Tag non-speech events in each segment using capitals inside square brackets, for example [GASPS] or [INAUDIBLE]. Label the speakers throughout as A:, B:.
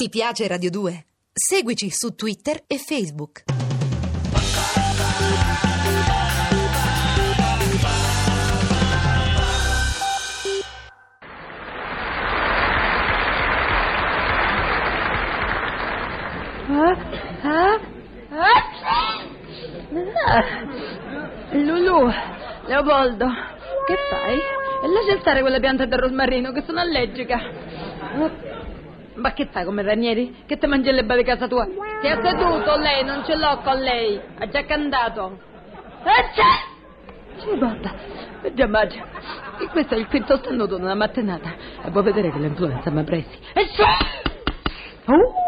A: Ti piace Radio 2? Seguici su Twitter e Facebook.
B: Ah, ah, ah. Ah. Lulu, Leopoldo, che fai? E lascia stare quelle piante del rosmarino che sono allergica. Ah. Ma che fai come Ranieri? Che ti mangi l'erba di casa tua? Ti ha seduto lei, non ce l'ho con lei. Ha già cantato. Ci Eh, guarda, per già magia. E questo è il quinto stannuto di una mattinata. E puoi vedere che l'influenza mi ha presi. Eh, Oh!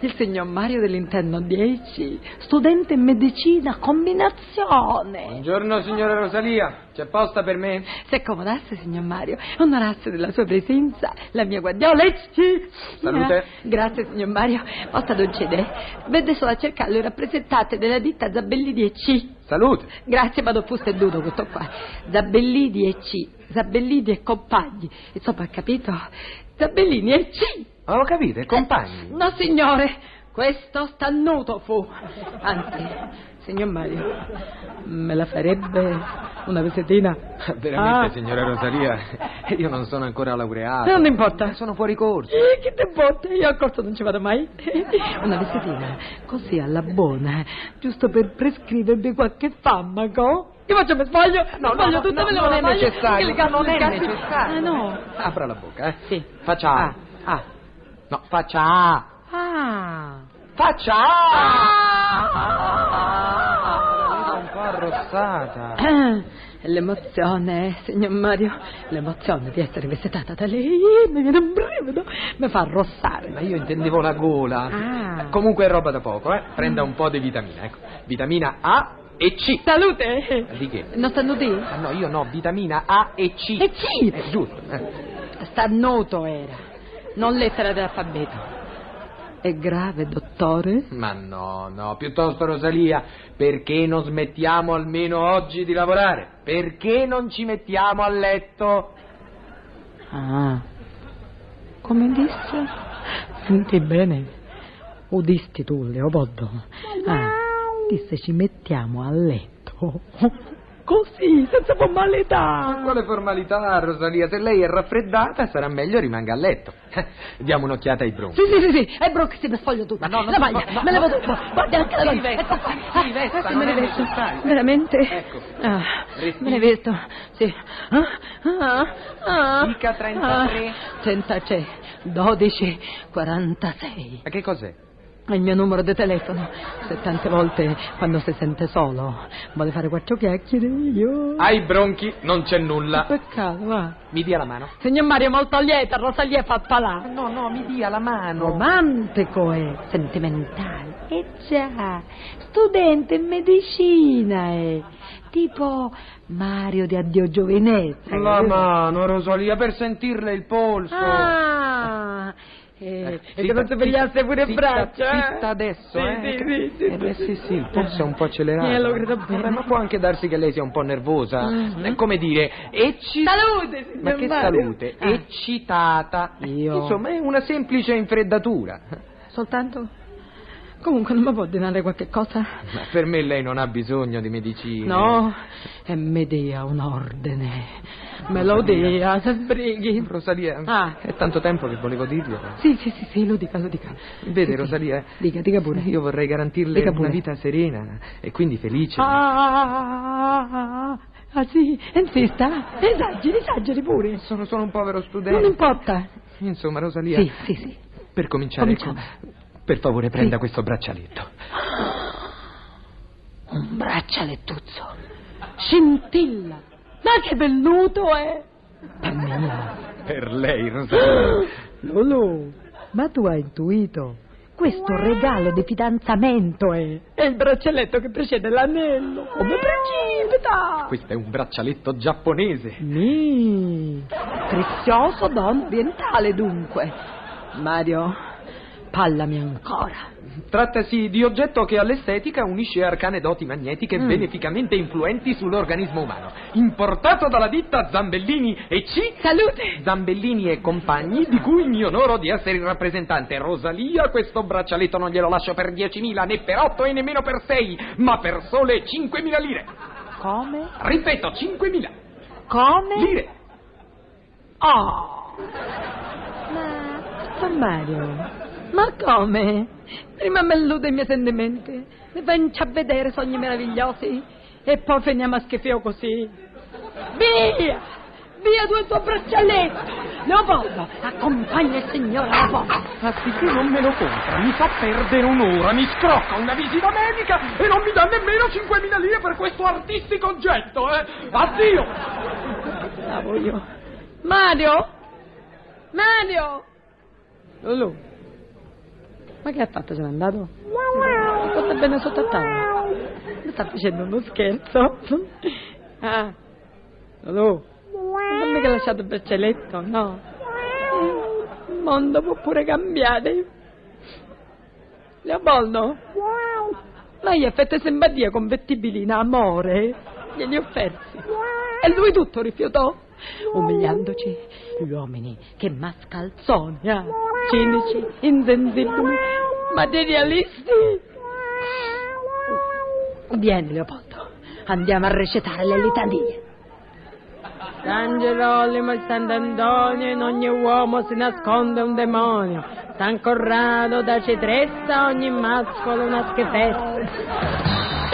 B: Il signor Mario dell'interno 10, studente in medicina, combinazione.
C: Buongiorno signora Rosalia, c'è posta per me?
B: Si accomodasse, signor Mario, onorasse della sua presenza la mia guardiola. e ci-
C: Salute.
B: Grazie, signor Mario. Posta dolcede. Vede solo a cercarlo il rappresentante della ditta Zabellini e C.
C: Salute.
B: Grazie, vado fusto e dudo questo qua. Zabellini e C. Zabellini e compagni. Insomma, ha capito? Zabellini e C.
C: Ma lo capite, compagni?
B: No, signore, questo stannuto fu. Anzi, signor Mario, me la farebbe una visitina?
C: [LAUGHS] Veramente,
B: Ah.
C: signora [LAUGHS] Rosalia, io non sono ancora laureato.
B: Non importa.
C: Sono fuori corso.
B: Eh, Che te botte, io a corto non ci vado mai. [LAUGHS] Una visitina, così alla buona, giusto per prescrivermi qualche farmaco. Che faccio, mi sbaglio?
C: No, no,
B: mi sbaglio
C: no,
B: tutte
C: no,
B: me le
C: non è
B: sbaglio,
C: necessario,
B: che le cazzo
C: non
B: le
C: è
B: cazzo-
C: necessario.
B: Ah, no.
C: Apra la bocca, eh.
B: Sì.
C: Faccia A.
B: Ah.
C: No, faccia A.
B: Ah.
C: Faccia A!
B: ah.
C: Un po' arrossata.
B: L'emozione, signor Mario, l'emozione di essere visitata da lei mi viene un brivido, mi fa
C: Ma
B: arrossare.
C: io intendevo la gola.
B: Ah.
C: Comunque è roba da poco, eh. Prenda un po' di vitamina, ecco. Vitamina A e C.
B: Salute!
C: Di che?
B: Non stanno di?
C: Ah, no, io no, vitamina A e C.
B: E C.
C: Eh, giusto. eh.
B: Stannuto era, non lettera dell'alfabeto. È grave, dottore?
C: Ma no, no, piuttosto Rosalia, perché non smettiamo almeno oggi di lavorare? Perché non ci mettiamo a letto?
B: Ah, come disse? Senti bene, udisti tu, Leopoldo. Ah, disse ci mettiamo a letto. Così, senza formalità.
C: Ma Quale formalità, Rosalia? Se lei è raffreddata, sarà meglio rimanga a letto. [LAUGHS] Diamo un'occhiata ai bronchi.
B: Sì, sì, sì, sì, è Brooks, si sfoglio tutto.
C: Ma no, no,
B: la maglia,
C: no, no,
B: me la
C: no.
B: vedo tutto. Guarda anche la
C: Si
B: maglia.
C: rivesta,
B: Ecco qua.
C: si- si
B: Ah,
C: rivesta,
B: sì,
C: non
B: me
C: è
B: ne vesto.
C: necessario.
B: Veramente?
C: Ecco.
B: Ah,
C: Respiri.
B: me ne vesto, sì. Ah, ah, ah,
C: Dica 33.
B: ah, 33, 12, 46.
C: Ma che cos'è?
B: È il mio numero di telefono. Se tante volte, quando si sente solo, vuole fare quattro chiacchiere, io...
C: Ai bronchi non c'è nulla.
B: Peccato, va.
C: Mi dia la mano.
B: Signor Mario, molto lieta, Rosalia fa palà.
C: Eh, No, no, mi dia la mano.
B: romantico è, sentimentale. E Eh già, studente in medicina è, tipo Mario di Addio Giovinezza. eh.
C: La
B: capito?
C: mano, Rosalia, per sentirle il polso.
B: Ah, e,
C: Ecco,
B: e
C: zitta,
B: non svegliasse pure il
C: zitta,
B: braccio.
C: zitta adesso,
B: sì,
C: eh.
B: Sì, sì, sì,
C: Eh, beh, sì, sì, il polso è un po' accelerato.
B: Eh, lo credo bene.
C: Vabbè, ma può anche darsi che lei sia un po' nervosa.
B: Mhm.
C: È come dire, ecci...
B: Salute, signor
C: Ma che
B: Mario.
C: salute,
B: Ah,
C: eccitata.
B: Io?
C: Insomma, è una semplice infreddatura.
B: soltanto? Comunque non mi può ordinare qualche cosa?
C: Ma per me lei non ha bisogno di medicine.
B: No, e mi dia un ordine. Me lo dia, se sbrighi.
C: Rosalia,
B: Ah.
C: è tanto tempo che volevo dirglielo.
B: Sì, sì, sì, sì, lo dica, lo dica.
C: Vede,
B: Sì, sì.
C: Rosalia,
B: Dica, dica pure.
C: io vorrei garantirle
B: Dica
C: una
B: pure.
C: vita serena e quindi felice.
B: Ah, ah, sì, insista. Esageri, esageri pure.
C: Sono solo un povero studente.
B: Non importa.
C: Insomma, Rosalia,
B: Sì, sì, sì.
C: per cominciare, ecco,
B: Cominciamo.
C: per favore prenda questo braccialetto.
B: Un braccialettuzzo. Scintilla. Ma che velluto è. Mamma mia.
C: Per lei, Rosalia.
B: [GASPS] Lulu, ma tu hai intuito? Questo regalo di fidanzamento è. È il braccialetto che precede l'anello. Come precipita!
C: [GASPS] Questo è un braccialetto giapponese.
B: Mi. Prezioso don orientale, dunque. Mario, appallami ancora.
C: Trattasi di oggetto che all'estetica unisce arcane doti magnetiche
B: Mm.
C: beneficamente influenti sull'organismo umano. Importato dalla ditta Zambellini e C.
B: Salute!
C: Zambellini e compagni, di cui mi onoro di essere il rappresentante. Rosalia, questo braccialetto non glielo lascio per 10.000, né per 8 e nemmeno per 6, ma per sole 5.000 lire.
B: Come?
C: Ripeto, 5.000
B: Come?
C: lire.
B: Oh! Ma, Don Mario, ma come? Prima mi allude i miei sentimenti, mi venci a vedere sogni meravigliosi e poi finiamo a schifio così. Via! Via tu e il tuo braccialetto! Leopoldo, accompagna il signor Leopoldo!
C: Affinché non me lo compra, mi fa perdere un'ora, mi scrocca una visita medica e non mi dà nemmeno 5.000 lire per questo artistico oggetto, eh! Addio!
B: Bravo io. Ah, Mario! Mario! Lulu. Ma che ha fatto? Se n'è andato? Sta bene sotto a tavola. Mi sta facendo uno scherzo. Ah. Lulu. Non mi che ha lasciato il braccialetto, no. Il mondo può pure cambiare. Leopoldo? Ma gli effetti simpatia convertibili in amore glieli offersi. E lui tutto rifiutò, umiliandoci gli uomini che mascalzoni, ah, cinici, insensibili, materialisti. Vieni, Leopoldo, andiamo a recitare le litanie. San Gerolimo e Sant'Antonio, in ogni uomo si nasconde un demonio. San Corrado da Cetressa, ogni mascolo una schifezza.